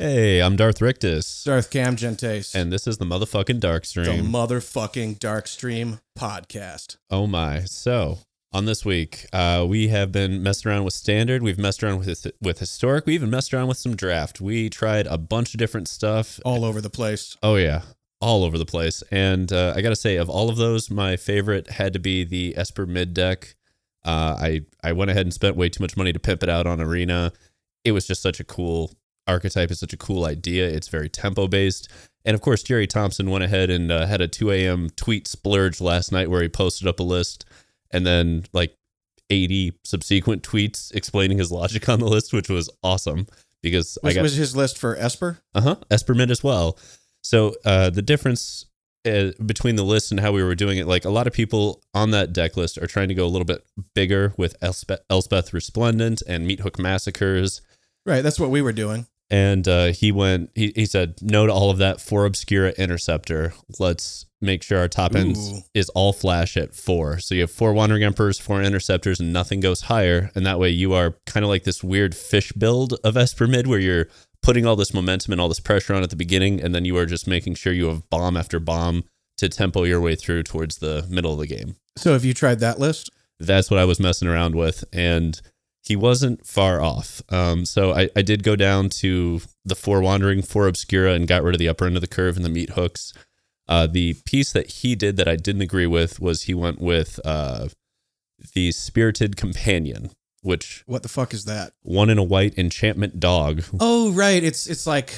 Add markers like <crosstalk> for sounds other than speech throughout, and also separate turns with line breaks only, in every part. I'm Darth Rictus,
Darth Cam Gentes.
and this is the motherfucking Dark
the
Stream.
motherfucking Dark Stream podcast.
oh my! So on this week, uh, we have been messing around with standard. We've messed around with with historic. We even messed around with some draft. We tried a bunch of different stuff.
All over the place.
Oh yeah, all over the place. And uh, I gotta say, of all of those, my favorite had to be the Esper mid deck. Uh, I I went ahead and spent way too much money to pimp it out on Arena. It was just such a cool archetype. It's such a cool idea. It's very tempo based. And of course, Jerry Thompson went ahead and uh, had a 2 a.m. tweet splurge last night where he posted up a list and then like 80 subsequent tweets explaining his logic on the list, which was awesome because I
Was,
got
was his list for Esper?
uh-huh. Espermint as well. So uh, the difference uh, between the list and how we were doing it, like a lot of people on that deck list are trying to go a little bit bigger with Elspeth, Elspeth Resplendent and Meat Hook Massacres.
Right, that's what we were doing.
And uh, he went, he, he said no to all of that for Obscura Interceptor. Let's make sure our top end
Ooh.
is all flash at four. So you have four Wandering Emperors, four Interceptors, and nothing goes higher. And that way you are kind of like this weird fish build of Espermid where you're putting all this momentum and all this pressure on at the beginning. And then you are just making sure you have bomb after bomb to tempo your way through towards the middle of the game
So have you tried that list?
that's what I was messing around with. And he wasn't far off. Um, so I, I did go down to the four wandering, four obscura, and got rid of the upper end of the curve and the meat hooks. Uh, the piece that he did that I didn't agree with was he went with uh, the spirited companion, which
What the fuck is that?
one in a white enchantment dog.
Oh, right. It's it's like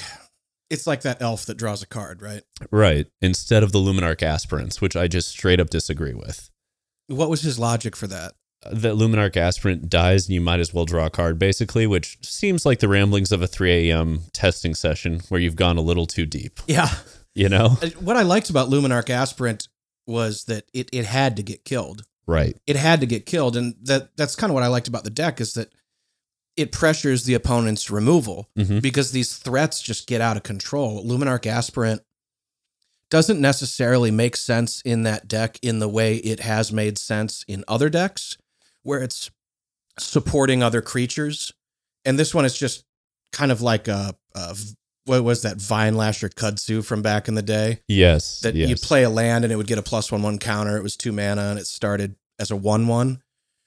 it's like that elf that draws a card, right?
Right. Instead of the Luminarch aspirants, which I just straight up disagree with.
What was his logic for that?
that Luminarch aspirant dies and you might as well draw a card, basically, which seems like the ramblings of a 3 a.m. testing session where you've gone a little too deep,
Yeah.
you know?
What I liked about Luminarch Aspirant was that it, it had to get killed.
Right.
it had to get killed and that that's kind of what i liked about the deck is that it pressures the opponent's removal
Mhm.
because these threats just get out of control luminarch aspirant doesn't necessarily make sense in that deck in the way it has made sense in other decks where it's supporting other creatures and this one is just kind of like a, a what was that vine lasher kudzu from back in the day
Yes.
that
yes.
you play a land and it would get a plus one one counter. It was two mana and it started as a one one.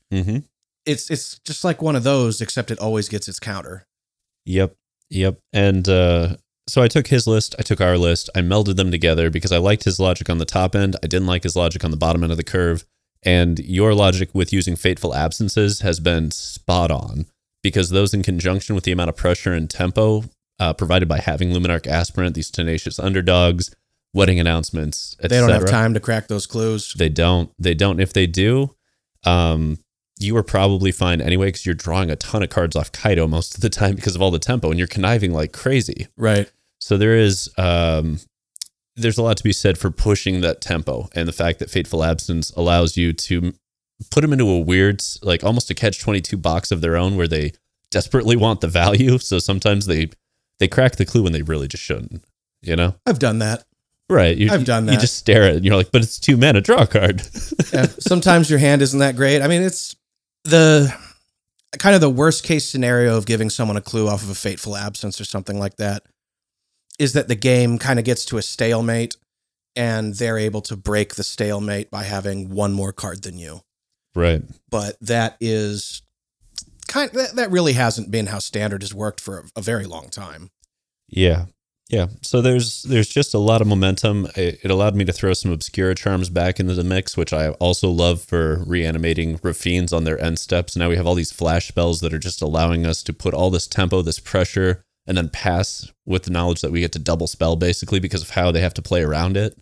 hmm
It's it's just like one of those, except it always gets its counter.
Yep. Yep. And uh, so I took his list, I took our list, I melded them together because I liked his logic on the top end. I didn't like his logic on the bottom end of the curve. And your logic with using fateful absences has been spot on because those, in conjunction with the amount of pressure and tempo uh, provided by having Luminarch Aspirant, these tenacious underdogs, wedding announcements,
They don't have
etc.
time to crack those clues.
They don't. They don't. If they do, um, you are probably fine anyway because you're drawing a ton of cards off Kaido most of the time because of all the tempo and you're conniving like crazy.
Right.
So there is um, there's a lot to be said for pushing that tempo and the fact that Fateful Absence allows you to put them into a weird, like almost a catch twenty two box of their own where they desperately want the value. So sometimes they they crack the clue when they really just shouldn't. You know,
I've done that.
right? You,
I've done
You
that.
just stare at it and you're like, but it's two mana, draw a card.
<laughs>
<laughs>
Yeah. Sometimes your hand isn't that great. I mean, it's the kind of the worst case scenario of giving someone a clue off of a fateful absence or something like that is that the game kind of gets to a stalemate and they're able to break the stalemate by having one more card than you.
right.
but that is kind that, that really hasn't been how standard has worked for a, a very long time.
Yeah. Yeah. So there's there's just a lot of momentum. It, it allowed me to throw some obscura charms back into the mix, which I also love for reanimating Rafines on their end steps. Now we have all these flash spells that are just allowing us to put all this tempo, this pressure, and then pass with the knowledge that we get to double spell basically because of how they have to play around it.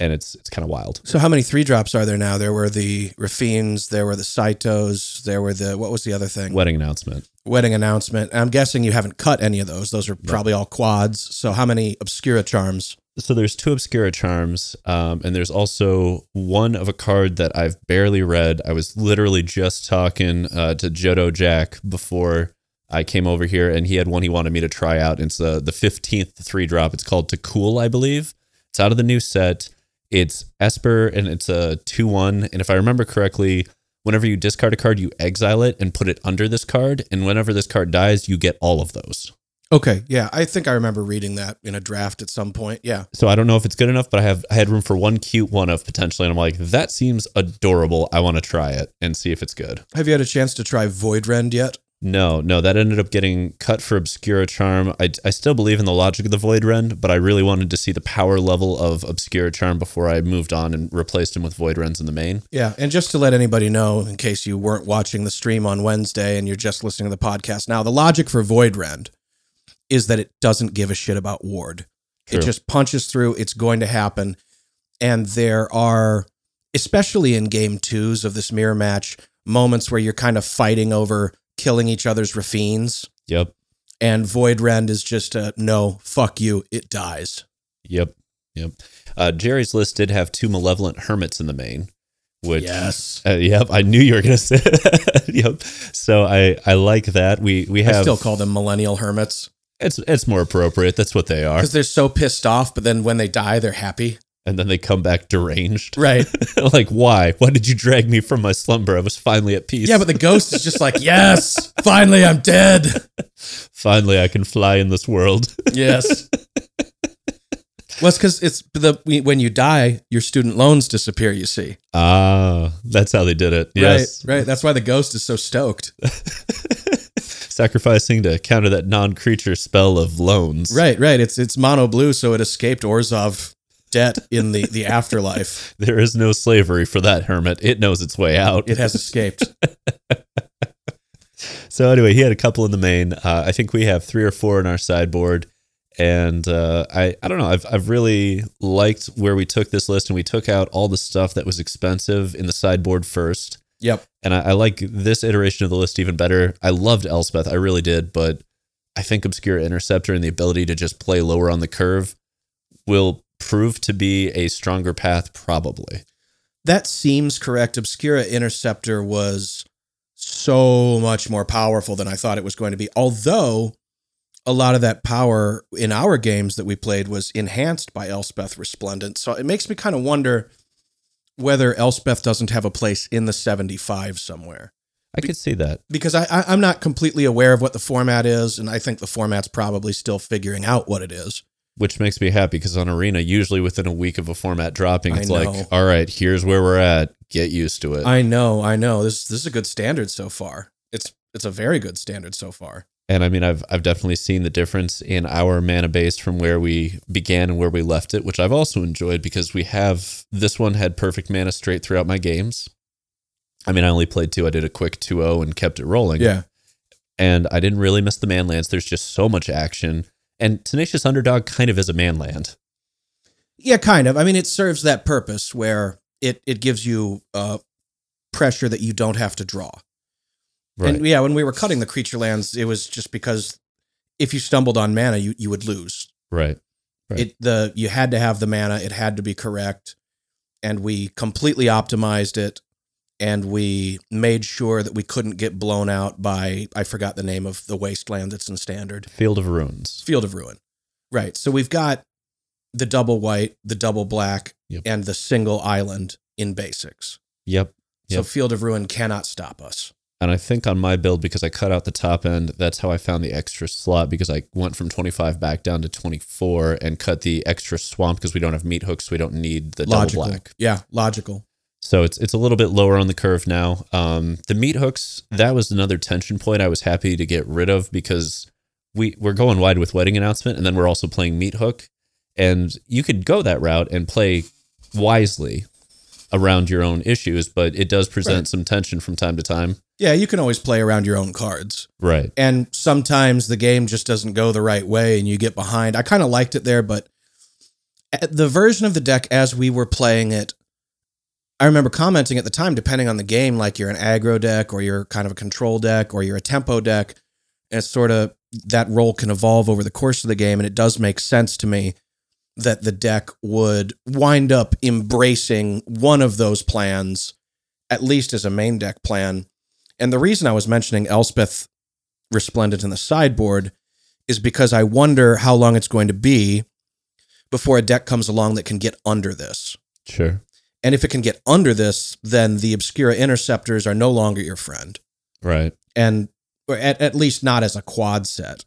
And it's it's kind of wild.
So how many three drops are there now? There were the Rafines, there were the Saitos, there were the what was the other thing?
Wedding announcement.
Wedding announcement. I'm guessing you haven't cut any of those. Those are
No.
probably all quads. So how many obscura charms?
so there's two obscura charms um, and there's also one of a card that i've barely read i was literally just talking uh, to jodo jack before i came over here and he had one he wanted me to try out it's uh, the 15th three drop it's called to cool i believe it's out of the new set it's esper and it's a 2-1 and if i remember correctly whenever you discard a card you exile it and put it under this card and whenever this card dies you get all of those
Okay. Yeah. I think I remember reading that in a draft at some point. Yeah.
So I don't know if it's good enough, but I have I had room for one cute one of potentially, and I'm like, that seems adorable. I want to try it and see if it's good.
Have you had a chance to try Void Rend yet?
No, no, that ended up getting cut for Obscura Charm. I, I still believe in the logic of the Void Rend, but I really wanted to see the power level of Obscura Charm before I moved on and replaced him with Void Rends in the main.
Yeah. And just to let anybody know, in case you weren't watching the stream on Wednesday and you're just listening to the podcast now, the logic for Void Rend is that it doesn't give a shit about Ward.
True.
It just punches through. It's going to happen. And there are, especially in game twos of this mirror match, moments where you're kind of fighting over killing each other's Rafines.
Yep.
And Void Rend is just a no, fuck you, it dies.
Yep. Yep. Uh, Jerry's list did have two malevolent hermits in the main, which
yes.
Uh, yep, I knew you were gonna <laughs> say that. yep. So I I like that. We we have
I still call them millennial hermits
it's it's more appropriate. That's what they are.
because they're so pissed off, but then when they die,
<laughs>
they're happy.
And then they come back deranged. <laughs>
Right.
like why? Why did you drag me from my slumber? I was finally at peace.
yeah, but the ghost is just like, yes, finally I'm dead.
<laughs> finally I can fly in this world. <laughs>
Yes. Well, it's because it's the when you die, your student loans disappear. You see,
ah, that's how they did it. Yes.
right, right. That's why the ghost is so stoked,
Sacrificing to counter that non-creature spell of loans.
right? Right. It's it's mono blue, so it escaped Orzov debt in the the afterlife.
There is no slavery for that hermit. It knows its way out.
It has escaped.
So anyway, he had a couple in the main. Uh, I think we have three or four in our sideboard, and uh, I I don't know. I've I've really liked where we took this list, and we took out all the stuff that was expensive in the sideboard first.
Yep.
And I, I like this iteration of the list even better. I loved Elspeth, I really did, but I think Obscure Interceptor and the ability to just play lower on the curve will prove to be a stronger path, probably.
That seems correct. Obscura Interceptor was so much more powerful than I thought it was going to be. Although a lot of that power in our games that we played was enhanced by Elspeth Resplendent. So it makes me kind of wonder whether Elspeth doesn't have a place in the 75 somewhere.
I could see that.
Because I, I, I'm not completely aware of what the format is, and I think the format's probably still figuring out what it is.
which makes me happy because on arena usually within a week of a format dropping
I
it's
know.
like all right here's where we're at get used to it
I know, I know. This this is a good standard so far. It's it's a very good standard so far.
and i mean i've i've definitely seen the difference in our mana base from where we began and where we left it which i've also enjoyed because we have this one had perfect mana straight throughout my games i mean i only played two i did a quick 2-0 and kept it rolling
Yeah.
and i didn't really miss the manlands there's just so much action and tenacious underdog kind of is a manland
Yeah, kind of. I mean, it serves that purpose where it it gives you uh, pressure that you don't have to draw.
right
And yeah, when we were cutting the creature lands, it was just because if you stumbled on mana, you you would lose.
right Right.
It the you had to have the mana. It had to be correct, and we completely optimized it, and we made sure that we couldn't get blown out by I forgot the name of the wasteland that's in standard.
field of ruins
Field of Ruin. Right. So we've got the double white, the double black,
Yep.
and the single island in basics.
yep
So
Yep.
Field of Ruin cannot stop us.
And I think on my build, because I cut out the top end, that's how I found the extra slot because I went from 25 back down to 24 and cut the extra swamp because we don't have meat hooks. So we don't need the
logical.
double black.
Yeah, logical.
So it's it's a little bit lower on the curve now. Um, the meat hooks that was another tension point I was happy to get rid of because we we're going wide with wedding announcement, and then we're also playing meat hook, and you could go that route and play wisely around your own issues, but it does present
Right.
some tension from time to time.
Yeah, you can always play around your own cards.
Right.
And sometimes the game just doesn't go the right way and you get behind. I kind of liked it there, but at the version of the deck as we were playing it, I remember commenting at the time, depending on the game, like you're an aggro deck or you're kind of a control deck or you're a tempo deck, and it's sort of that role can evolve over the course of the game. And it does make sense to me that the deck would wind up embracing one of those plans, at least as a main deck plan. And the reason I was mentioning Elspeth resplendent in the sideboard is because I wonder how long it's going to be before a deck comes along that can get under this.
Sure.
And if it can get under this, then the Obscura Interceptors are no longer your friend.
Right.
And or at, at least not as a quad set.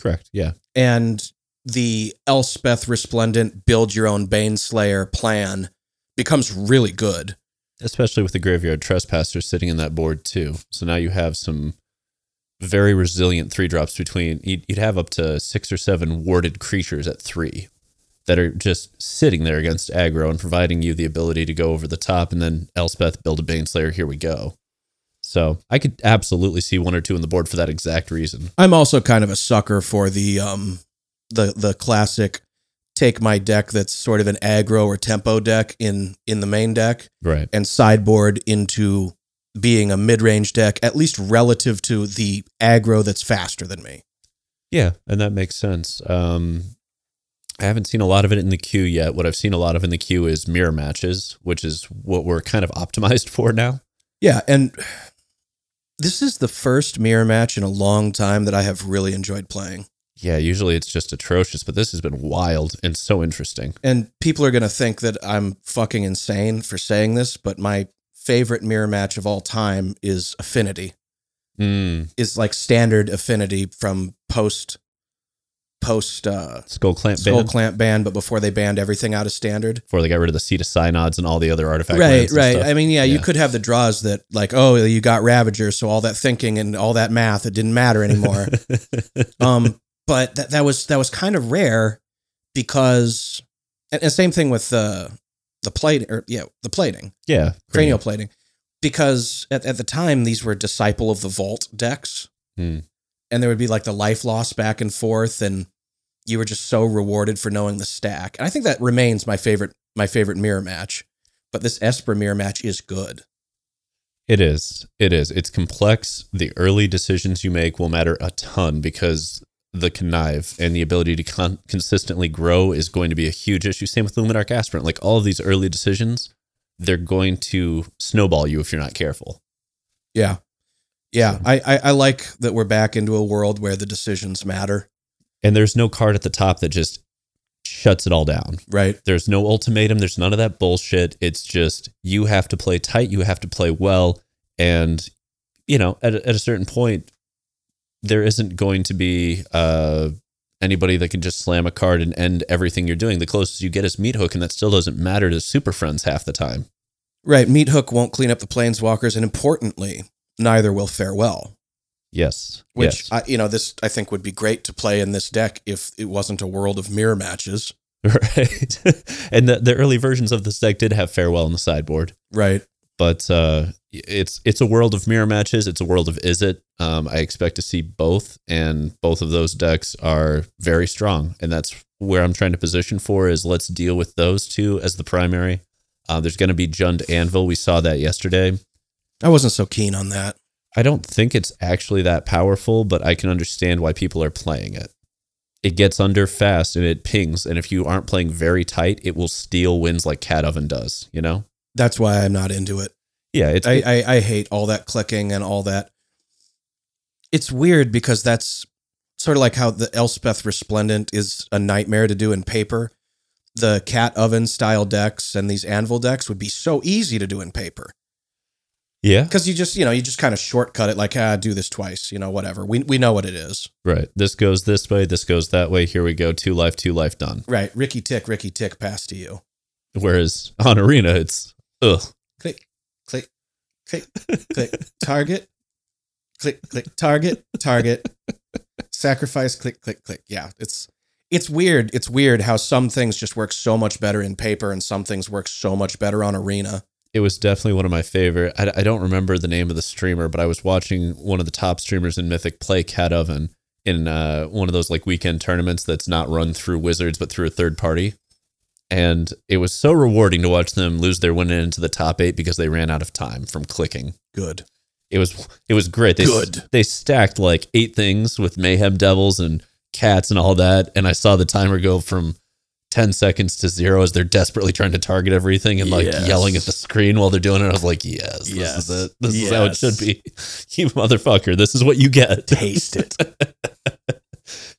Correct. Yeah.
and the Elspeth Resplendent build your own Baneslayer plan becomes really good.
Especially with the graveyard trespasser sitting in that board too. So now you have some very resilient three drops between you'd, you'd have up to six or seven warded creatures at three that are just sitting there against aggro and providing you the ability to go over the top and then Elspeth build a Baneslayer, here we go. So I could absolutely see one or two on the board for that exact reason.
I'm also kind of a sucker for the um the the classic take my deck that's sort of an aggro or tempo deck in in the main deck
Right.
and sideboard into being a mid-range deck at least relative to the aggro that's faster than me.
Yeah, and that makes sense. Um, I haven't seen a lot of it in the queue yet. What I've seen a lot of in the queue is mirror matches, which is what we're kind of optimized <laughs> for now.
Yeah, and this is the first mirror match in a long time that I have really enjoyed playing.
Yeah, usually it's just atrocious, but this has been wild and so interesting.
and people are going to think that I'm fucking insane for saying this, but my favorite mirror match of all time is Affinity.
Mm,
Is like standard Affinity from post post uh
skull clamp
Skull
ban
Clamp ban, but before they banned everything out of standard.
before they got rid of the seat of synods and all the other artifact.
Right,
lands and
right.
stuff.
I mean, yeah, you
Yeah.
could have the draws that like, oh, you got Ravager, so all that thinking and all that math it didn't matter
<laughs>
anymore. um, but that that was that was kind of rare because, and, and same thing with the the plating or yeah the plating
yeah,
cranial plating because at, at the time these were disciple of the vault decks
Hmm.
and there would be like the life loss back and forth and you were just so rewarded for knowing the stack and i think that remains my favorite my favorite mirror match but this esper mirror match is good
It is. It is. It's complex. The early decisions you make will matter a ton because the connive and the ability to con- consistently grow is going to be a huge issue. Same with Luminarch Aspirant. Like all of these early decisions, they're going to snowball you if you're not careful.
yeah yeah
So-
I, I i like that we're back into a world where the decisions matter
And there's no card at the top that just shuts it all down.
right
There's no ultimatum. There's none of that bullshit. It's just you have to play tight. You have to play well. And, you know, at, a- at a certain point, there isn't going to be uh, anybody that can just slam a card and end everything you're doing. The closest you get is Meat Hook, and that still doesn't matter to Super Friends half the time.
right meat hook won't clean up the planeswalkers and importantly neither will farewell
Yes.
which
yes. <laughs>
I, you know this i think would be great to play in this deck if it wasn't a world of mirror matches
right. <laughs> and the, the early versions of this deck did have Farewell on the sideboard.
right
but uh, it's it's a world of mirror matches. It's a world of is it. Um, I expect to see both, and both of those decks are very strong, and that's where I'm trying to position for is let's deal with those two as the primary. Uh, there's going to be Jund Anvil. We saw that yesterday.
i wasn't so keen on that
I don't think it's actually that powerful, but I can understand why people are playing it. It gets under fast and it pings, and if you aren't playing very tight, it will steal wins like Cat Oven does. You know?
that's why i'm not into it
Yeah, it's
I, I i hate all that clicking and all that it's weird because that's sort of like how the elspeth resplendent is a nightmare to do in paper the cat oven style decks and these anvil decks would be so easy to do in paper
yeah.
because you just you know you just kind of shortcut it like ah do this twice you know whatever we we know what it is
Right. This goes this way. This goes that way. Here we go. Two life, two life done.
right ricky tick ricky tick pass to you
Whereas on arena, it's ugh. <laughs>
click, click, click, click, target, click, click, target, target, sacrifice, click, click, click. Yeah, it's it's weird. It's weird how some things just work so much better in paper and some things work so much better on arena.
It was definitely one of my favorite. I, I don't remember the name of the streamer, but I was watching one of the top streamers in Mythic play Cat Oven in uh, one of those like weekend tournaments that's not run through Wizards but through a third party. And it was so rewarding to watch them lose their win into the top eight because they ran out of time from clicking.
Good.
It was it was great. They
Good.
they stacked like eight things with mayhem devils and cats and all that, and I saw the timer go from ten seconds to zero as they're desperately trying to target everything and like
Yes.
yelling at the screen while they're doing it. I was like, yes,
Yes.
this is it. This is how it
Yes.
should be. <laughs> You motherfucker, this is what you get.
Taste <laughs> it.
<laughs>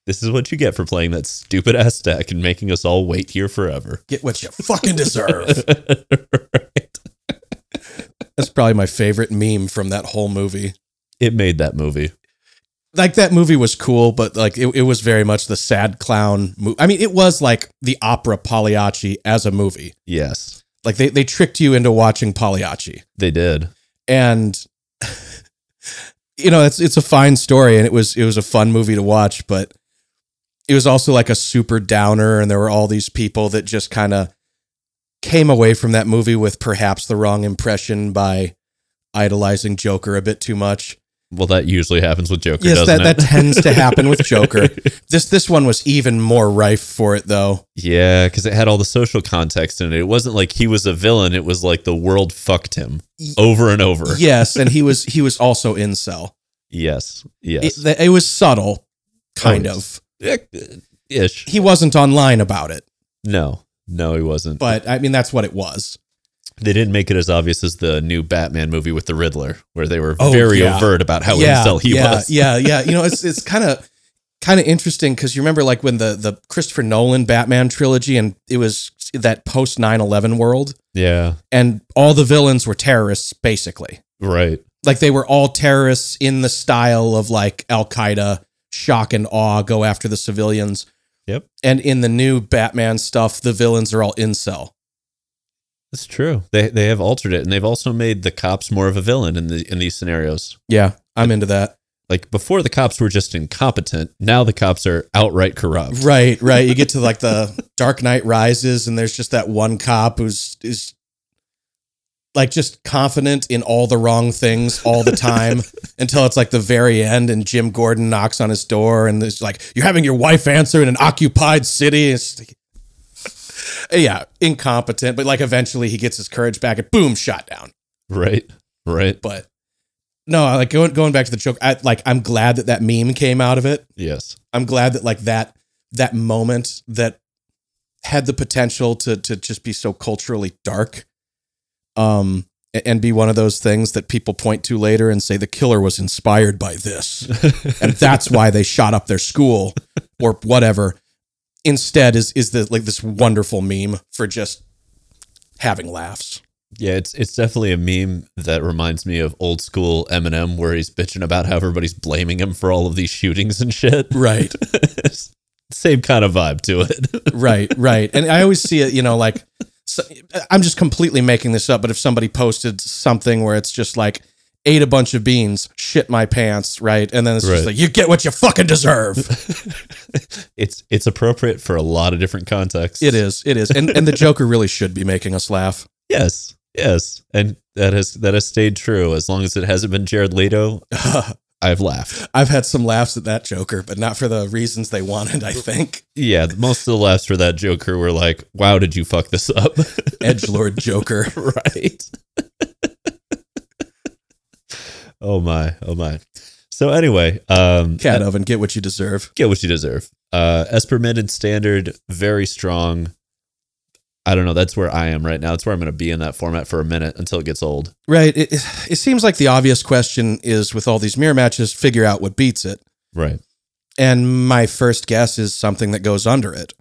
This is what you get for playing that stupid ass deck and making us all wait here forever. <laughs>
Get what you <laughs> fucking deserve.
Right.
That's probably my favorite meme from that whole movie.
It made that movie.
like that movie was cool, but like it, it was very much the sad clown movie. I mean, it was like the opera Pagliacci as a movie.
Yes,
Like they, they tricked you into watching Pagliacci.
they did.
And <laughs> you know, it's it's a fine story and it was it was a fun movie to watch, but it was also like a super downer and there were all these people that just kind of came away from that movie with perhaps the wrong impression by idolizing Joker a bit too much.
Well, that usually happens with Joker,
yes,
doesn't it?
that, that
<laughs>
tends to happen with Joker. This this one was even more rife for it though.
yeah, because it had all the social context in it. It wasn't like he was a villain. It was like the world fucked him
Y-
over and over.
Yes, and he was he was also incel.
Yes,
It,
yes,
th- it was subtle, kind
Oh,
of.
Eh, ish.
He wasn't online about it,
No, no, he wasn't.
but I mean that's what it was.
they didn't make it as obvious as the new Batman movie with the Riddler, where they were
Oh,
very
yeah.
overt about how
yeah,
incel he
yeah,
was.
yeah, yeah.
<laughs>
You know, it's it's kind of kind of interesting because you remember like when the the Christopher Nolan Batman trilogy and it was that post 9-11 world
Yeah,
and all the villains were terrorists basically.
right.
like they were all terrorists in the style of like Al Qaeda, shock and awe, go after the civilians.
Yep.
And in the new Batman stuff, the villains are all incel.
That's true. They they have altered it, and they've also made the cops more of a villain in the in these scenarios.
Yeah, I'm into that.
Like before, the cops were just incompetent. Now the cops are outright corrupt.
Right, right. You get to like the Dark Knight Rises, and there's just that one cop who's is like just confident in all the wrong things all the time until it's like the very end, and Jim Gordon knocks on his door, and it's like you're having your wife answer in an occupied city. It's like- yeah, incompetent, but like eventually he gets his courage back, and boom, shot down.
Right, right.
But no, like going going back to the joke, I like I'm glad that that meme came out of it.
Yes, <laughs>
I'm glad that like that that moment that had the potential to to just be so culturally dark um a- and be one of those things that people point to later and say the killer was inspired by this and that's why they shot up their school or whatever instead is is the like this wonderful meme for just having laughs
yeah. It's it's definitely a meme that reminds me of old school Eminem, where he's bitching about how everybody's blaming him for all of these shootings and shit. <laughs>
right
Same kind of vibe to it. <laughs>
right right and i always see it you know like so, i'm just completely making this up but if somebody posted something where it's just like ate a bunch of beans shit my pants right and then it's
Right.
just like you get what you fucking deserve
it's it's appropriate for a lot of different contexts.
it is it is and, and the joker really should be making us laugh
Yes. Yes. And that has that has stayed true. As long as it hasn't been Jared
<laughs>
Leto, I've laughed.
i've had some laughs at that joker but not for the reasons they wanted i think
Yeah, the- most of the laughs for that Joker were like, "Wow, did you fuck this up?"
<laughs>
<laughs>
edge lord joker
right. oh my, oh my. So anyway, um,
cat oven get what you deserve
get what you deserve. Uh, as permitted standard, very strong. I don't know. That's where I am right now. That's where I'm going to be in that format for a minute until it gets old.
right it, it, it seems like the obvious question is with all these mirror matches figure out what beats it
Right.
And my first guess is something that goes under it.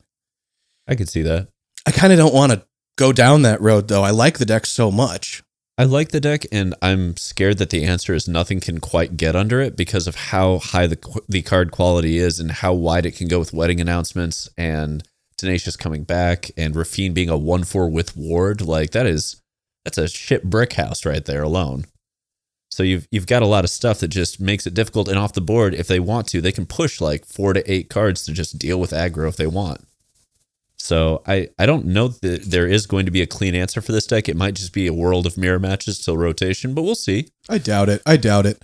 I could see that.
I kind of don't want to go down that road though. I like the deck so much.
I like the deck, and I'm scared that the answer is nothing can quite get under it because of how high the qu- the card quality is and how wide it can go with wedding announcements and Tenacious coming back and Rafine being a one four with Ward. Like that is that's a shit brick house right there alone. So you've you've got a lot of stuff that just makes it difficult. And off the board, if they want to, they can push like four to eight cards to just deal with aggro if they want. So I, I don't know that there is going to be a clean answer for this deck. It might just be a world of mirror matches till rotation, but we'll see.
I doubt it. I doubt it.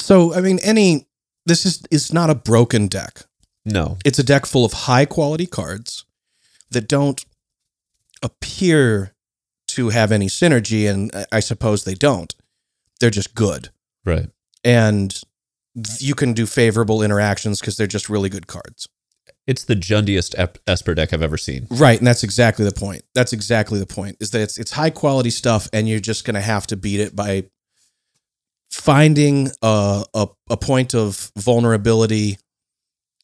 So, I mean, any this is is not a broken deck.
No.
It's a deck full of high quality cards that don't appear to have any synergy and I- I suppose they don't. They're just good.
Right.
And th- you can do favorable interactions because they're just really good cards.
It's the jundiest ep- Esper deck I've ever seen.
Right, and that's exactly the point. That's exactly the point. Is that it's it's high quality stuff, and you're just going to have to beat it by finding a, a a point of vulnerability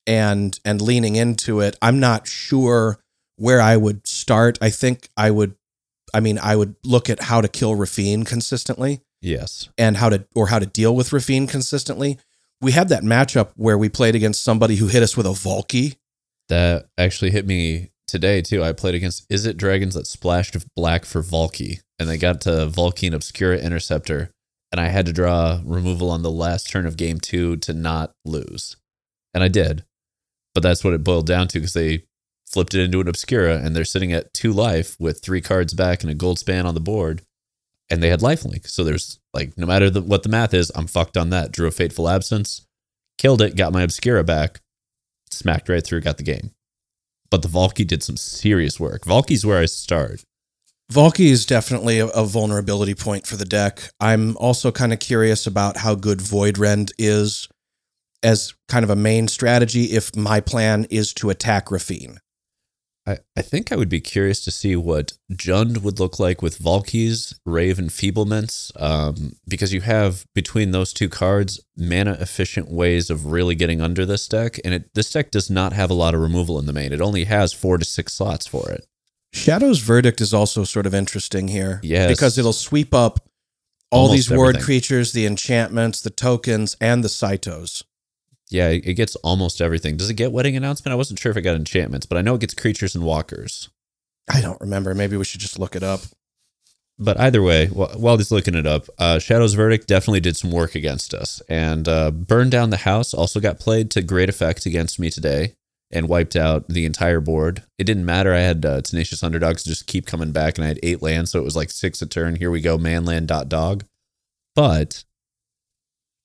and and leaning into it. I'm not sure where I would start. I think I would. I mean, I would look at how to kill Rafine consistently
Yes.
and how to or how to deal with Rafine consistently we had that matchup where we played against somebody who hit us with a Volky.
That actually hit me today too. I played against Is It Dragons that splashed black for Valky, and they got to Valky and Obscura Interceptor, and I had to draw removal on the last turn of game two to not lose, and I did. But that's what it boiled down to because they flipped it into an Obscura, and they're sitting at two life with three cards back and a gold span on the board, and they had lifelink. So there's like no matter the, what the math is, I'm fucked on that. Drew a Fateful Absence, killed it, got my Obscura back, smacked right through, got the game but the Valky did some serious work. Valky's where I start.
Valky is definitely a, a vulnerability point for the deck. I'm also kind of curious about how good Void Rend is as kind of a main strategy if my plan is to attack Rafine.
I, I think I would be curious to see what Jund would look like with Valky's Rave Enfeeblements, um, because you have between those two cards mana efficient ways of really getting under this deck, and it, this deck does not have a lot of removal in the main. It only has four to six slots for it.
Shadow's Verdict is also sort of interesting here.
Yes.
Because it'll sweep up all
Almost
these ward
everything.
creatures, the enchantments, the tokens, and the Cytos.
Yeah, it, it gets almost everything. Does it get Wedding Announcement? I wasn't sure if it got enchantments, but I know it gets creatures and walkers.
I don't remember. Maybe we should just look it up.
but either way, wh- while he's looking it up, uh, Shadow's verdict definitely did some work against us. And uh, Burn Down the House also got played to great effect against me today and wiped out the entire board. It didn't matter. I had uh, Tenacious Underdogs just keep coming back, and I had eight lands, so it was like six a turn. Here we go, man land dot dog. But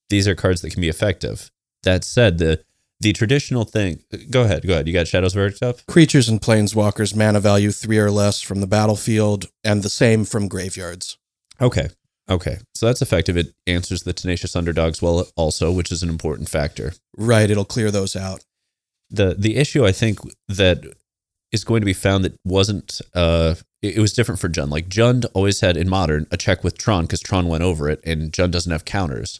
these are cards that can be effective. That said, the the traditional thing. Go ahead, go ahead. You got Shadow's verdict up.
Creatures and planeswalkers, mana value three or less from the battlefield, and the same from graveyards.
Okay. Okay. So that's effective. It answers the tenacious underdogs well also, which is an important factor.
Right, it'll clear those out.
The the issue I think that is going to be found that wasn't uh it, it was different for Jund. Like Jund always had in modern a check with Tron because Tron went over it and Jund doesn't have counters.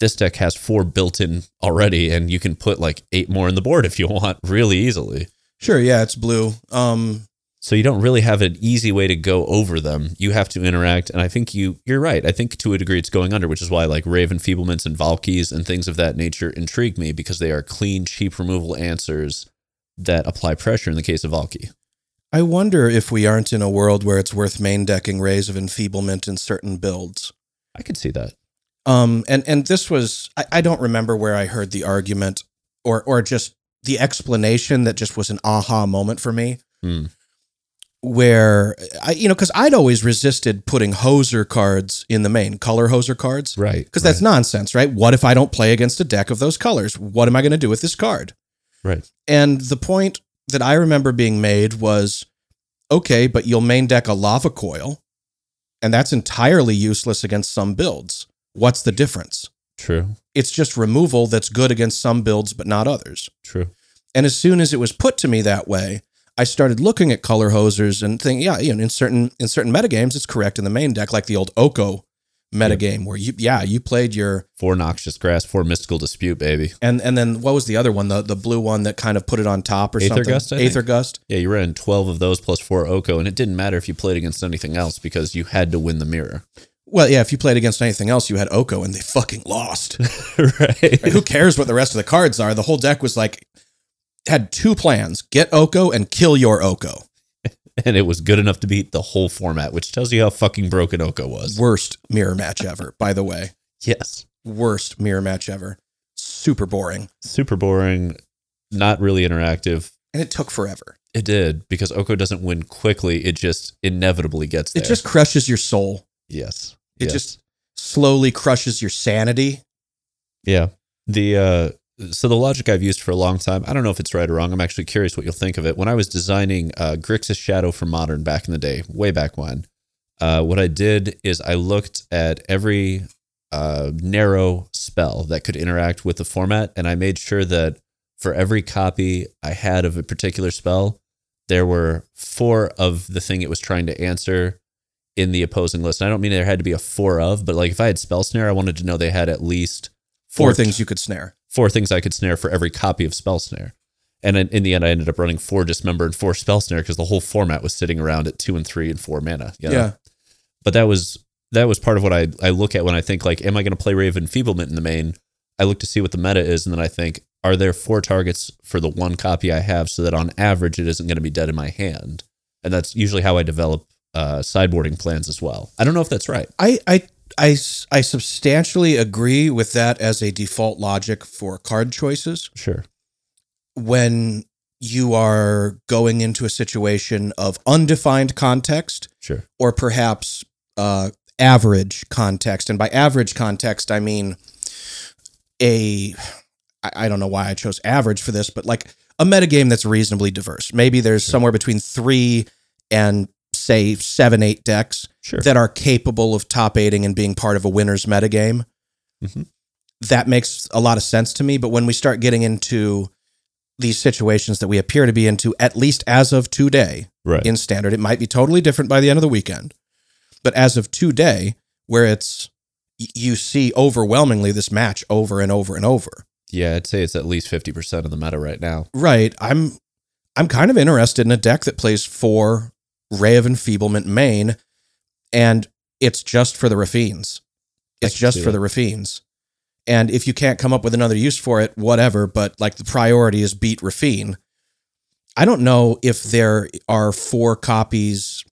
This deck has four built in already, and you can put like eight more in the board if you want really easily.
Sure, yeah, it's blue. Um,
So you don't really have an easy way to go over them. You have to interact, and I think you you're right. I think to a degree it's going under, which is why like Raven Feeblements and Valkyries and things of that nature intrigue me because they are clean, cheap removal answers that apply pressure in the case of Valky.
I wonder if we aren't in a world where it's worth main decking Rays of Enfeeblement in certain builds.
I could see that.
Um, and and this was I, I don't remember where I heard the argument or or just the explanation that just was an aha moment for me.
Hmm.
Where I you know because I'd always resisted putting hoser cards in the main color hoser cards
Right.
because that's nonsense, right? What if I don't play against a deck of those colors? What am I going to do with this card?
right.
And the point that I remember being made was okay, but you'll main deck a lava coil, and that's entirely useless against some builds. What's the difference?
True.
It's just removal that's good against some builds, but not others.
True.
And as soon as it was put to me that way, I started looking at color hosers and thinking, yeah, you know, in certain in certain metagames, it's correct in the main deck, like the old Oko metagame, where you yeah, you played your
Four noxious grass, four mystical dispute, baby.
and and then what was the other one? The the blue one that kind of put it on top or
Aether
something.
Gust, I think.
Aether Gust.
Yeah, you ran twelve of those plus four Oko, and it didn't matter if you played against anything else because you had to win the mirror.
Well, yeah, if you played against anything else, you had Oko and they fucking
<laughs>
lost.
<laughs> right.
Who cares what the rest of the cards are? The whole deck was like, had two plans get Oko and kill your Oko.
<laughs> and it was good enough to beat the whole format, which tells you how fucking broken Oka was.
Worst mirror match ever, by the way.
Yes.
Worst mirror match ever. Super boring.
Super boring, not really interactive.
And it took forever.
It did because Oko doesn't win quickly. It just inevitably gets there.
It just crushes your soul,
yes.
it
Yes.
just slowly crushes your sanity.
yeah. The uh so the logic I've used for a long time, I don't know if it's right or wrong. I'm actually curious what you'll think of it. When I was designing uh Grixis Shadow for Modern back in the day, way back when, uh what I did is I looked at every uh, narrow spell that could interact with the format. And I made sure that for every copy I had of a particular spell, there were four of the thing it was trying to answer in the opposing list. And I don't mean there had to be a four of, but like if I had spell snare, I wanted to know they had at least
Four things you could snare.
four things I could snare for every copy of spell snare. And in, in the end, I ended up running four dismember and four spell snare because the whole format was sitting around at two and three and four mana. you know?
yeah.
but that was that was part of what I I look at when I think like, am I going to play Raven Feeblement in the main? I look to see what the meta is, and then I think, are there four targets for the one copy I have so that on average it isn't going to be dead in my hand? And that's usually how I develop uh, sideboarding plans as well. I don't know if that's right.
I, I, I, s- I substantially agree with that as a default logic for card choices.
Sure.
When you are going into a situation of undefined context
Sure.
or perhaps uh, average context, and by average context, I mean a, I, I don't know why I chose average for this, but like a metagame that's reasonably diverse. Maybe there's
Sure.
somewhere between three and say seven, eight decks
Sure.
that are capable of top eighting and being part of a winner's metagame.
Mhm.
That makes a lot of sense to me. But when we start getting into these situations that we appear to be into, at least as of today
right.
in standard, it might be totally different by the end of the weekend. But as of today, where it's y- you see overwhelmingly this match over and over and over.
yeah, I'd say it's at least 50% of the meta right now.
Right. I'm I'm kind of interested in a deck that plays four Ray of Enfeeblement main, and it's just for the Rafines.
I
It's
can
just
see
for
that.
the Rafines. And if you can't come up with another use for it, whatever, but like the priority is beat Rafine. I don't know if there are four copies,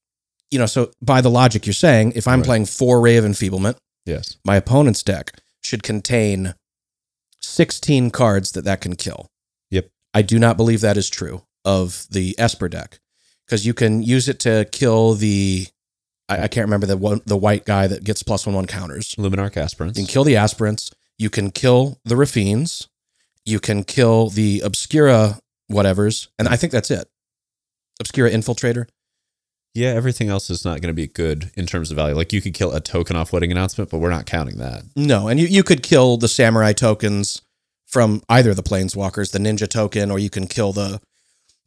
you know, so by the logic you're saying, if I'm
Right.
playing four Ray of Enfeeblement,
Yes.
my opponent's deck should contain 16 cards that that can kill.
Yep.
I do not believe that is true of the Esper deck because you can use it to kill the I, I can't remember the one the white guy that gets plus one one counters.
Luminarch aspirants.
You can kill the aspirants. You can kill the Rafines. You can kill the Obscura whatevers, and I think that's it. Obscura Infiltrator.
Yeah, everything else is not going to be good in terms of value. Like you could kill a token off wedding announcement, but we're not counting that.
No, and you, you could kill the samurai tokens from either of the planeswalkers, the ninja token, or you can kill the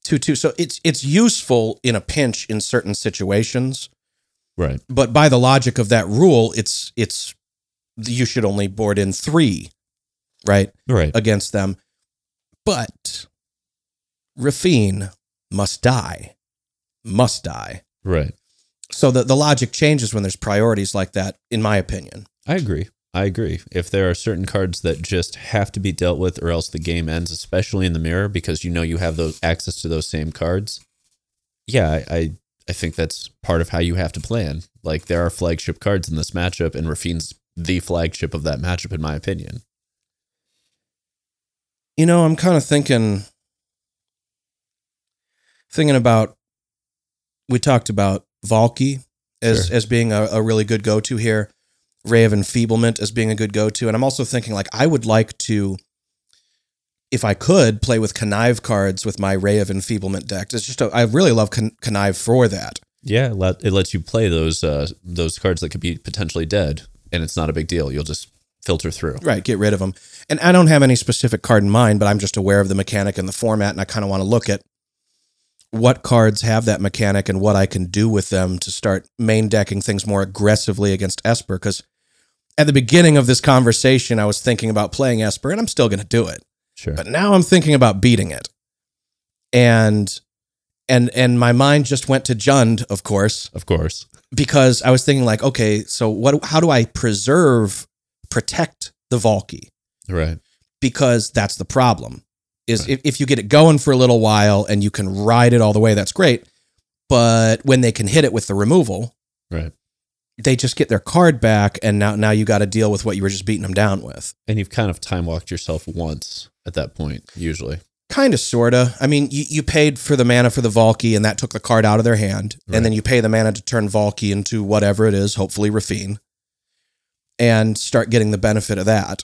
two two. So it's it's useful in a pinch in certain situations,
Right.
but by the logic of that rule, it's it's you should only board in three, right,
Right.
against them. But Rafine must die. Must die.
Right.
So the, the logic changes when there's priorities like that, in my opinion.
I agree. I agree. If there are certain cards that just have to be dealt with or else the game ends, especially in the mirror, because you know you have those access to those same cards. Yeah, I I, I think that's part of how you have to plan. Like there are flagship cards in this matchup, and Rafine's the flagship of that matchup, in my opinion.
You know, I'm kind of thinking thinking about we talked about Valky as as being a, a really good go to here, Ray of Enfeeblement as being a good go to, and I'm also thinking like I would like to, if I could, play with connive cards with my Ray of Enfeeblement deck. It's just a, I really love con- connive for that.
Yeah, it let, it lets you play those uh, those cards that could be potentially dead, and it's not a big deal. You'll just filter through.
Right, get rid of them. And I don't have any specific card in mind, but I'm just aware of the mechanic and the format, and I kind of want to look at what cards have that mechanic and what I can do with them to start main decking things more aggressively against Esper. Because at the beginning of this conversation, I was thinking about playing Esper, and I'm still going to do it.
Sure.
But now I'm thinking about beating it, and and and my mind just went to Jund, of course
of course.
because I was thinking like, okay, so what? How do I preserve, protect the Valky?
Right.
Because that's the problem. Is
Right.
if, if you get it going for a little while and you can ride it all the way, that's great. But when they can hit it with the removal,
Right.
they just get their card back, and now now you got to deal with what you were just beating them down with.
And you've kind of time walked yourself once at that point, usually.
Kind of, sorta. I mean, you, you paid for the mana for the Valky, and that took the card out of their hand.
Right.
And then you pay the mana to turn Valky into whatever it is, hopefully Rafine, and start getting the benefit of that.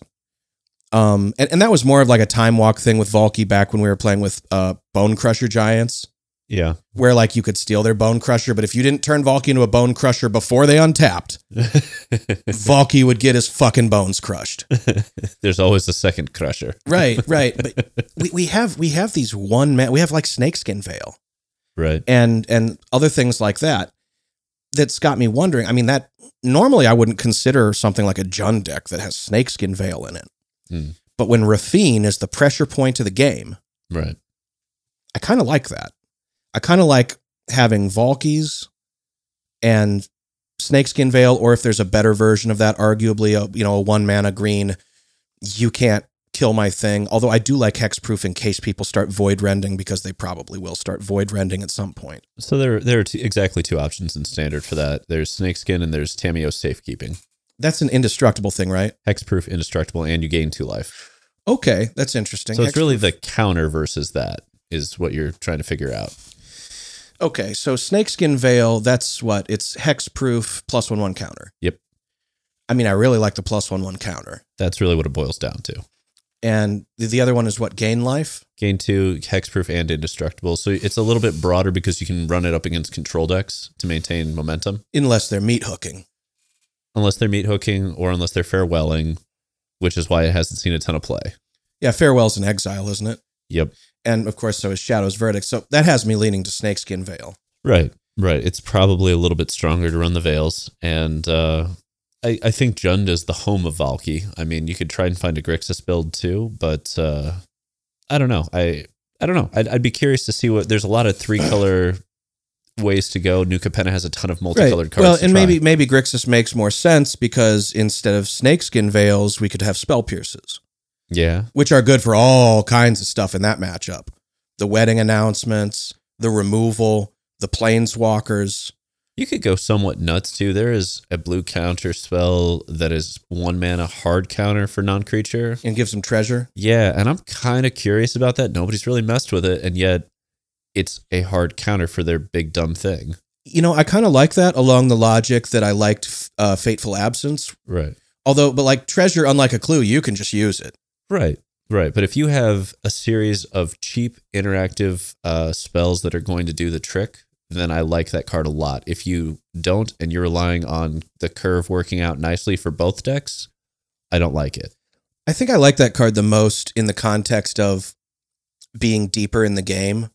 Um, and, and that was more of like a time walk thing with Valky back when we were playing with uh, Bone Crusher Giants,
Yeah.
where like you could steal their Bone Crusher, but if you didn't turn Valky into a Bone Crusher before they untapped, Valky would get his fucking bones crushed.
<laughs> There's always a second crusher.
Right, right. But we, we have we have these one man we have like Snakeskin Veil.
Right.
and and other things like that that's got me wondering i mean that normally i wouldn't consider something like a jun deck that has snakeskin veil in it
Hmm.
but when rafine is the pressure point of the game
Right.
i kind of like that i kind of like having valkies and uh, snakeskin veil or if there's a better version of that arguably a you know a one mana green you can't kill my thing. Although I do like hexproof in case people start void rending because they probably will start void rending at some point.
So there, there are two, exactly two options in standard for that. There's snakeskin and there's Tameo safekeeping.
That's an indestructible thing, right?
Hexproof, indestructible, and you gain two life.
Okay, that's interesting.
So it's
Hex-
really the counter versus that is what you're trying to figure out.
okay, so snakeskin veil, that's what? It's hexproof plus one one counter.
Yep.
I mean, I really like the plus one one counter.
That's really what it boils down to.
And the, the other one is what? Gain life?
Gain two, hexproof, and indestructible. So it's a little bit broader because you can run it up against control decks to maintain momentum,
Unless they're meat hooking.
unless they're meat hooking or unless they're farewelling, which is why it hasn't seen a ton of play.
Yeah, farewell's in exile, isn't it?
Yep.
And of course, so is Shadow's Verdict. So that has me leaning to snakeskin veil.
Right, right. It's probably a little bit stronger to run the veils, and uh, I, I think Jund is the home of Valky. I mean, you could try and find a Grixis build too, but uh, I don't know. I I don't know. I'd, I'd be curious to see what. There's a lot of three color ways to go. New Capenna has a ton of multicolored cards.
Well,
to
and
try.
maybe maybe Grixis makes more sense because instead of snakeskin veils, we could have spell pierces,
yeah,
which are good for all kinds of stuff in that matchup. The wedding announcements, the removal, the planeswalkers.
you could go somewhat nuts too. There is a blue counter spell that is one mana hard counter for non creature.
and give some treasure.
Yeah, and I'm kind of curious about that. Nobody's really messed with it, and yet it's a hard counter for their big dumb thing.
You know, I kind of like that along the logic that I liked f- uh, Fateful Absence.
Right.
Although, but like treasure, unlike a clue, you can just use it.
Right. Right. But if you have a series of cheap interactive uh, spells that are going to do the trick, then I like that card a lot. If you don't and you're relying on the curve working out nicely for both decks, I don't like it.
I think I like that card the most in the context of being deeper in the game.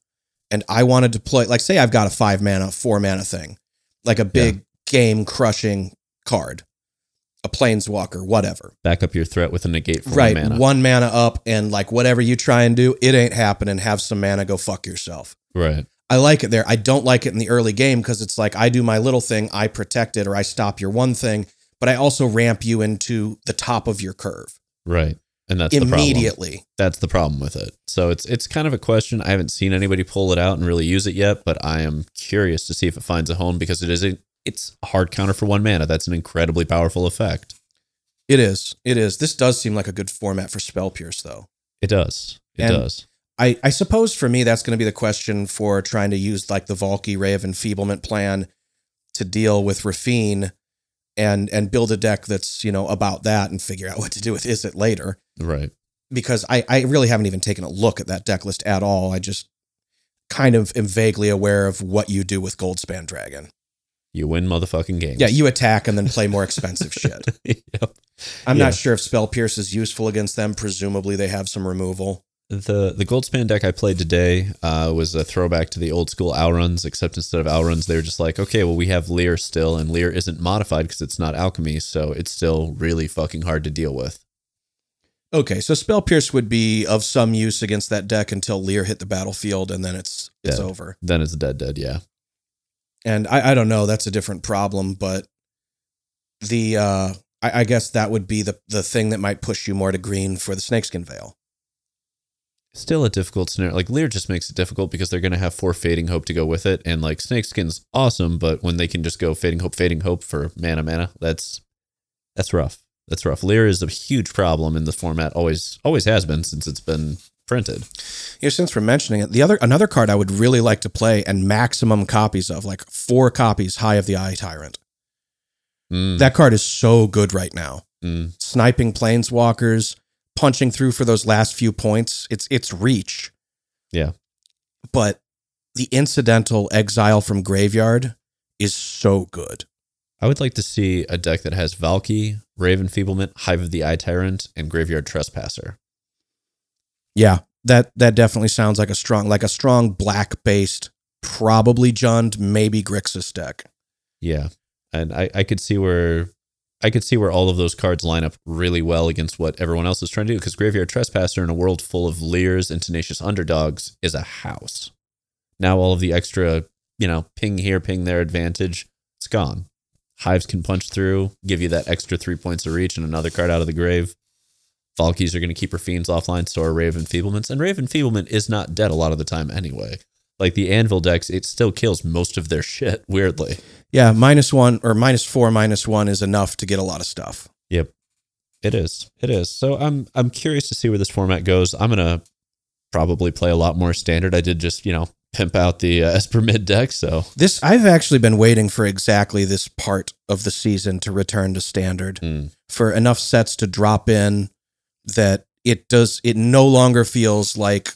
And I want to deploy, like, say I've got a five mana, four mana thing, like a big game crushing card, a planeswalker, whatever.
Back up your threat with a negate for
right.
one mana.
One mana up, and like whatever you try and do, it ain't happening. Have some mana, go fuck yourself.
Right.
I like it there. I don't like it in the early game because it's like I do my little thing, I protect it, or I stop your one thing, but I also ramp you into the top of your curve
Right. And that's the problem.
immediately.
that's the problem with it. So it's it's kind of a question. I haven't seen anybody pull it out and really use it yet, but I am curious to see if it finds a home because it is a, it's a hard counter for one mana. That's an incredibly powerful effect.
It is. It is. This does seem like a good format for spell pierce, though.
It does. It
And-
does.
I, I suppose for me, that's going to be the question for trying to use like the Valky Ray of Enfeeblement plan to deal with Rafine and and build a deck that's you know about that and figure out what to do with is it later
Right.
because I I really haven't even taken a look at that deck list at all. I just kind of am vaguely aware of what you do with Goldspan Dragon.
You win motherfucking games.
Yeah, you <laughs> attack and then play more expensive <laughs> shit.
<laughs> yep.
I'm
Yeah.
not sure if Spell Pierce is useful against them. Presumably they have some removal.
The the Goldspan deck I played today uh, was a throwback to the old school Alruns, except instead of Alruns, they were just like, okay, well, we have Leer still, and Leer isn't modified because it's not alchemy, so it's still really fucking hard to deal with.
Okay, so Spell Pierce would be of some use against that deck until Lear hit the battlefield, and then it's it's
Dead.
over.
Then it's dead, dead, yeah.
And I, I don't know, that's a different problem, but the uh I, I guess that would be the the thing that might push you more to green for the snakeskin veil.
still a difficult scenario. Like Lear just makes it difficult because they're gonna have four fading hope to go with it, and like Snakeskin's awesome, but when they can just go fading hope, fading hope for mana mana, that's that's rough. That's rough. Lear is a huge problem in the format. Always, always has been since it's been printed.
Yeah, since we're mentioning it, the other another card I would really like to play and maximum copies of, like four copies high of the Eye Tyrant.
Mm,
That card is so good right now.
mm.
Sniping planeswalkers, punching through for those last few points. It's it's reach.
Yeah.
But the incidental exile from graveyard is so good.
I would like to see a deck that has Valky, Raven Feeblement, Hive of the Eye Tyrant, and Graveyard Trespasser.
Yeah, that that definitely sounds like a strong like a strong black based, probably Jund, maybe Grixis deck.
Yeah. And I, I could see where I could see where all of those cards line up really well against what everyone else is trying to do because Graveyard Trespasser in a world full of leers and tenacious underdogs is a house. Now all of the extra, you know, ping here, ping there advantage, it's gone. Hives can punch through, give you that extra three points of reach and another card out of the grave. Valkyries are going to keep her fiends offline, so are Raven Feeblements. And Raven Feeblement is not dead a lot of the time anyway. Like the Anvil decks, it still kills most of their shit, weirdly.
Yeah, minus one or minus four, minus one is enough to get a lot of stuff.
Yep. It is. It is. So I'm I'm curious to see where this format goes. I'm gonna probably play a lot more standard. I did just, you know, pimp out the uh, <laughs> Esper mid deck, so
This I've actually been waiting for exactly this part of the season to return to standard
mm,
for enough sets to drop in that it does it no longer feels like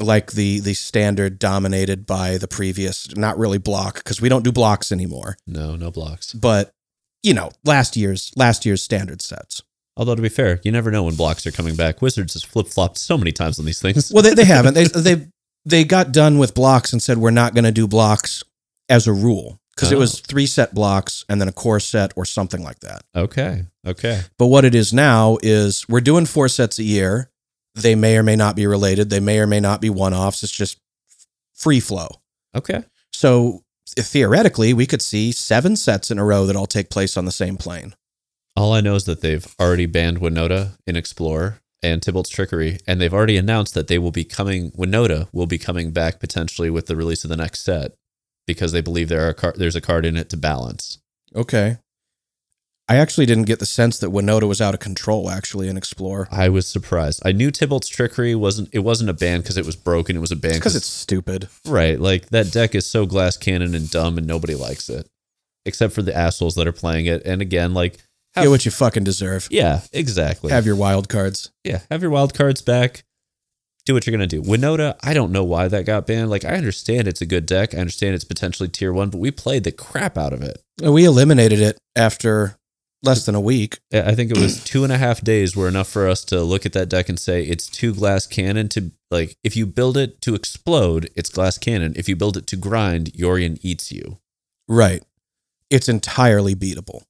like the the standard dominated by the previous not really block because we don't do blocks anymore
no, no blocks.
but you know last year's last year's standard sets
Although to be fair, you never know when blocks are coming back. Wizards has flip flopped so many times on these <laughs> things.
Well, they, they haven't. They they they got done with blocks and said we're not going to do blocks as a rule because it was three set blocks and then a core set or something like that.
Okay. Okay.
But what it is now is we're doing four sets a year. They may or may not be related. They may or may not be one offs. It's just free flow.
Okay.
So theoretically, we could see seven sets in a row that all take place on the same plane.
All I know is that they've already banned Winota in Explorer and Tybalt's Trickery, and they've already announced that they will be coming. Winota will be coming back potentially with the release of the next set because they believe there are car- there's a card in it to balance.
Okay. I actually didn't get the sense that Winota was out of control actually in Explore.
I was surprised. I knew Tybalt's Trickery wasn't it wasn't a ban because it was broken. It was a ban
It's because it's stupid.
right. Like that deck is so glass cannon and dumb, and nobody likes it except for the assholes that are playing it. And again, like have,
Get what you fucking deserve.
yeah, exactly.
Have your wild cards.
yeah, have your wild cards back. Do what you're gonna do. Winota, I don't know why that got banned. Like, I understand it's a good deck. I understand it's potentially tier one, but we played the crap out of it.
We eliminated it after less than a week.
I I think it was two and a half days were enough for us to look at that deck and say it's two glass cannon to like. If you build it to explode, it's glass cannon. If you build it to grind, Yorian eats you.
Right. It's entirely beatable.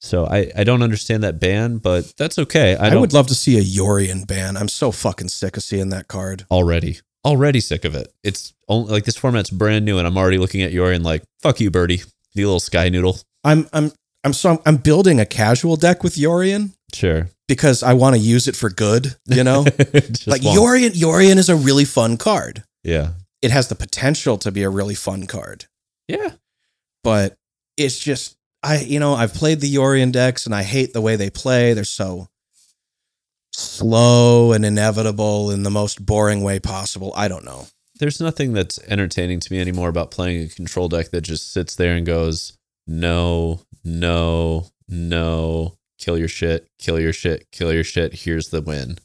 So I I don't understand that ban, but that's okay. I,
I,
don't
would love to see a Yorian ban. I'm so fucking sick of seeing that card.
already already sick of it. It's only like this format's brand new, and I'm already looking at Yorian like fuck you, birdie, you little sky noodle.
I'm I'm I'm so I'm, I'm building a casual deck with Yorian
<laughs> Sure.
because I want to use it for good, you
<laughs>
know?
Just
like
won't.
Yorian Yorian is a really fun card.
Yeah.
It has the potential to be a really fun card.
Yeah.
but it's just I you know I've played the Yorian decks and I hate the way they play. They're so slow and inevitable in the most boring way possible. I don't know.
There's nothing that's entertaining to me anymore about playing a control deck that just sits there and goes, no, no, no, kill your shit, kill your shit, kill your shit. Here's the win.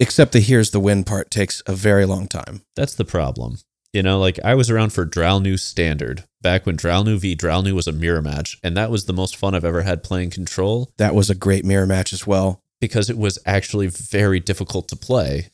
Except the here's the win part takes a very long time.
That's the problem. You know, like I was around for Drownu Standard back when Drownu v Drownu was a mirror match, and that was the most fun I've ever had playing control
That was a great mirror match as well.
because it was actually very difficult to play.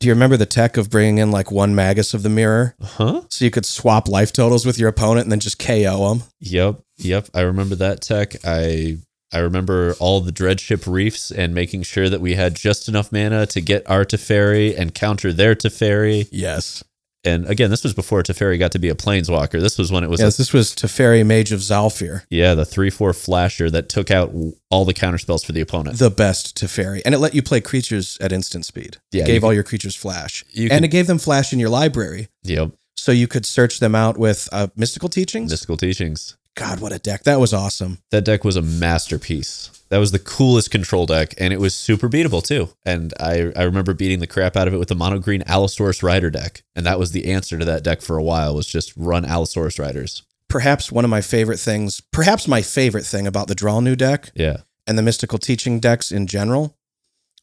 Do you remember the tech of bringing in like one Magus of the mirror
Huh?
so you could swap life totals with your opponent and then just KO them?
Yep, yep. I remember that tech. I I remember all the dreadship reefs and making sure that we had just enough mana to get our Teferi and counter their Teferi.
Yes.
And again, this was before Teferi got to be a planeswalker. This was when it was
Yes, this was Teferi Mage of Zalfir.
a, yeah, the three four flasher that took out w- all the counter spells for the opponent.
the best Teferi. And it let you play creatures at instant speed.
Yeah,
it
you
gave
can-
all your creatures flash.
you
and
can-
it gave them flash in your library.
yep,
So you could search them out with uh, mystical teachings.
mystical teachings.
God, what a deck. That was awesome.
That deck was a masterpiece. That was the coolest control deck, and it was super beatable too. And I, I remember beating the crap out of it with the mono green Allosaurus Rider deck, and that was the answer to that deck for a while was just run Allosaurus Riders.
Perhaps one of my favorite things, perhaps my favorite thing about the Draw New deck
Yeah, <sighs>
and the mystical teaching decks in general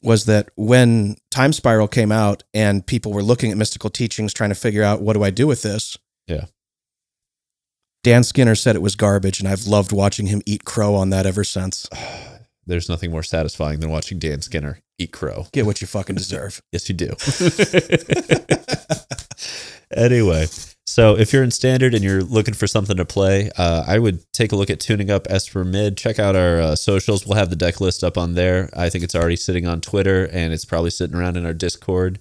was that when Time Spiral came out and people were looking at mystical teachings trying to figure out what do I do with this?
Yeah.
Dan Skinner said it was garbage, and I've loved watching him eat crow on that ever since.
there's nothing more satisfying than watching Dan Skinner eat crow.
<laughs> Get what you fucking deserve.
Yes, you do. <laughs> anyway, so if you're in standard and you're looking for something to play, uh, I would take a look at tuning up Esper Mid. Check out our uh, socials. We'll have the deck list up on there. I think it's already sitting on Twitter and it's probably sitting around in our Discord.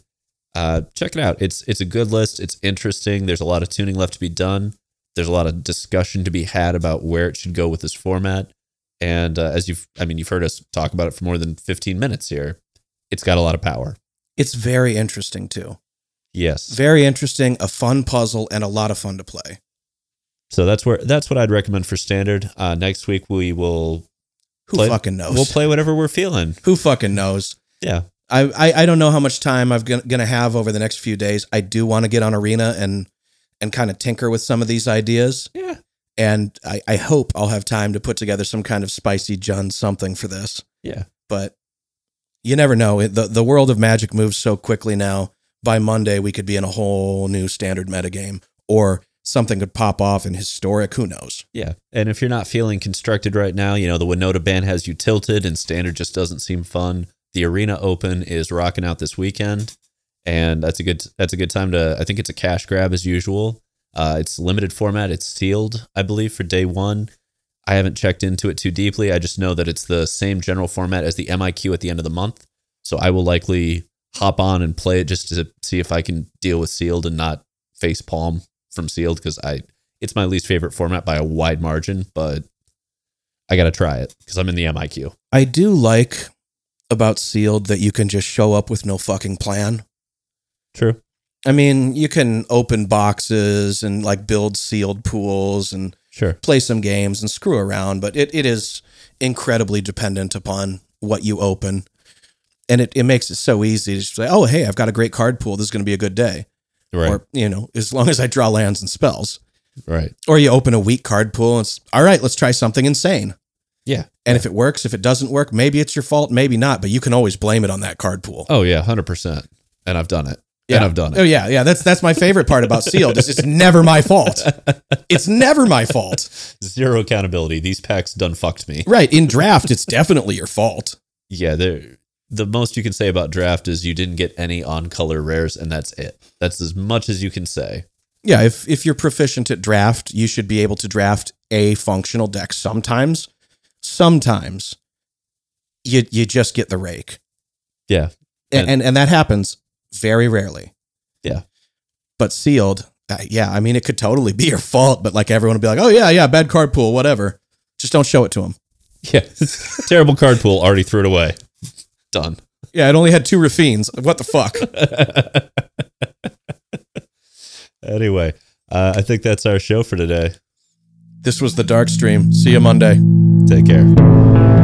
Uh, check it out. It's it's a good list. It's interesting. There's a lot of tuning left to be done. There's a lot of discussion to be had about where it should go with this format. And uh, as you've, I mean, you've heard us talk about it for more than 15 minutes here It's got a lot of power.
It's very interesting too.
Yes.
Very interesting, a fun puzzle, and a lot of fun to play.
So that's where that's what I'd recommend for standard. Uh, next week we will
Who
Play-
fucking knows?
we'll play whatever we're feeling.
Who fucking knows?
Yeah.
I, I I don't know how much time I'm gonna, gonna have over the next few days. I do want to get on Arena and and kind of tinker with some of these ideas,
Yeah.
and I, I hope I'll have time to put together some kind of spicy jun something for this.
Yeah.
but you never know. It, the The world of Magic moves so quickly now. By Monday, we could be in a whole new standard metagame, or something could pop off in historic. Who knows?
Yeah. And if you're not feeling constructed right now, you know, the Winota ban has you tilted and standard just doesn't seem fun. The arena open is rocking out this weekend. And that's a good that's a good time to I think it's a cash grab as usual. Uh, it's limited format, it's sealed, I believe, for day one. I haven't checked into it too deeply. I just know that it's the same general format as the MIQ at the end of the month. So I will likely hop on and play it just to see if I can deal with sealed and not face palm from sealed because I it's my least favorite format by a wide margin, but I got to try it because I'm in the MIQ.
I do like about sealed E that you can just show up with no fucking plan.
True.
I mean, you can open boxes and like build sealed pools and
Sure.
play some games and screw around, but it, it is incredibly dependent upon what you open. And it, it makes it so easy to just say, oh, hey, I've got a great card pool. This is going to be a good day.
Right.
Or, you know, as long as I draw lands and spells.
right.
Or you open a weak card pool and it's, all right, let's try something insane.
Yeah.
And if it works, if it doesn't work, maybe it's your fault, maybe not, but you can always blame it on that card pool.
Oh yeah, hundred percent. And I've done it. And I've done
Oh
it.
yeah, yeah. That's that's my favorite part about sealed. Is it's never my fault. It's never my fault.
Zero accountability. These packs done fucked me.
Right in draft, it's definitely your fault.
Yeah. They're, the most you can say about draft is you didn't get any on color rares, and that's it. That's as much as you can say.
Yeah, if if you're proficient at draft, you should be able to draft a functional deck. Sometimes, sometimes, you you just get the rake,
Yeah.
and and, and that happens very rarely.
Yeah.
but sealed. uh, yeah, I mean, it could totally be your fault, but like everyone would be like, oh yeah, yeah, bad card pool, whatever. Just don't show it to them.
Yeah. <laughs> Terrible card pool. Already threw it away. Done.
Yeah, it only had two Rafines. What the fuck?
Anyway, uh, I think that's our show for today.
This was the dark stream. See you Monday.
Take care.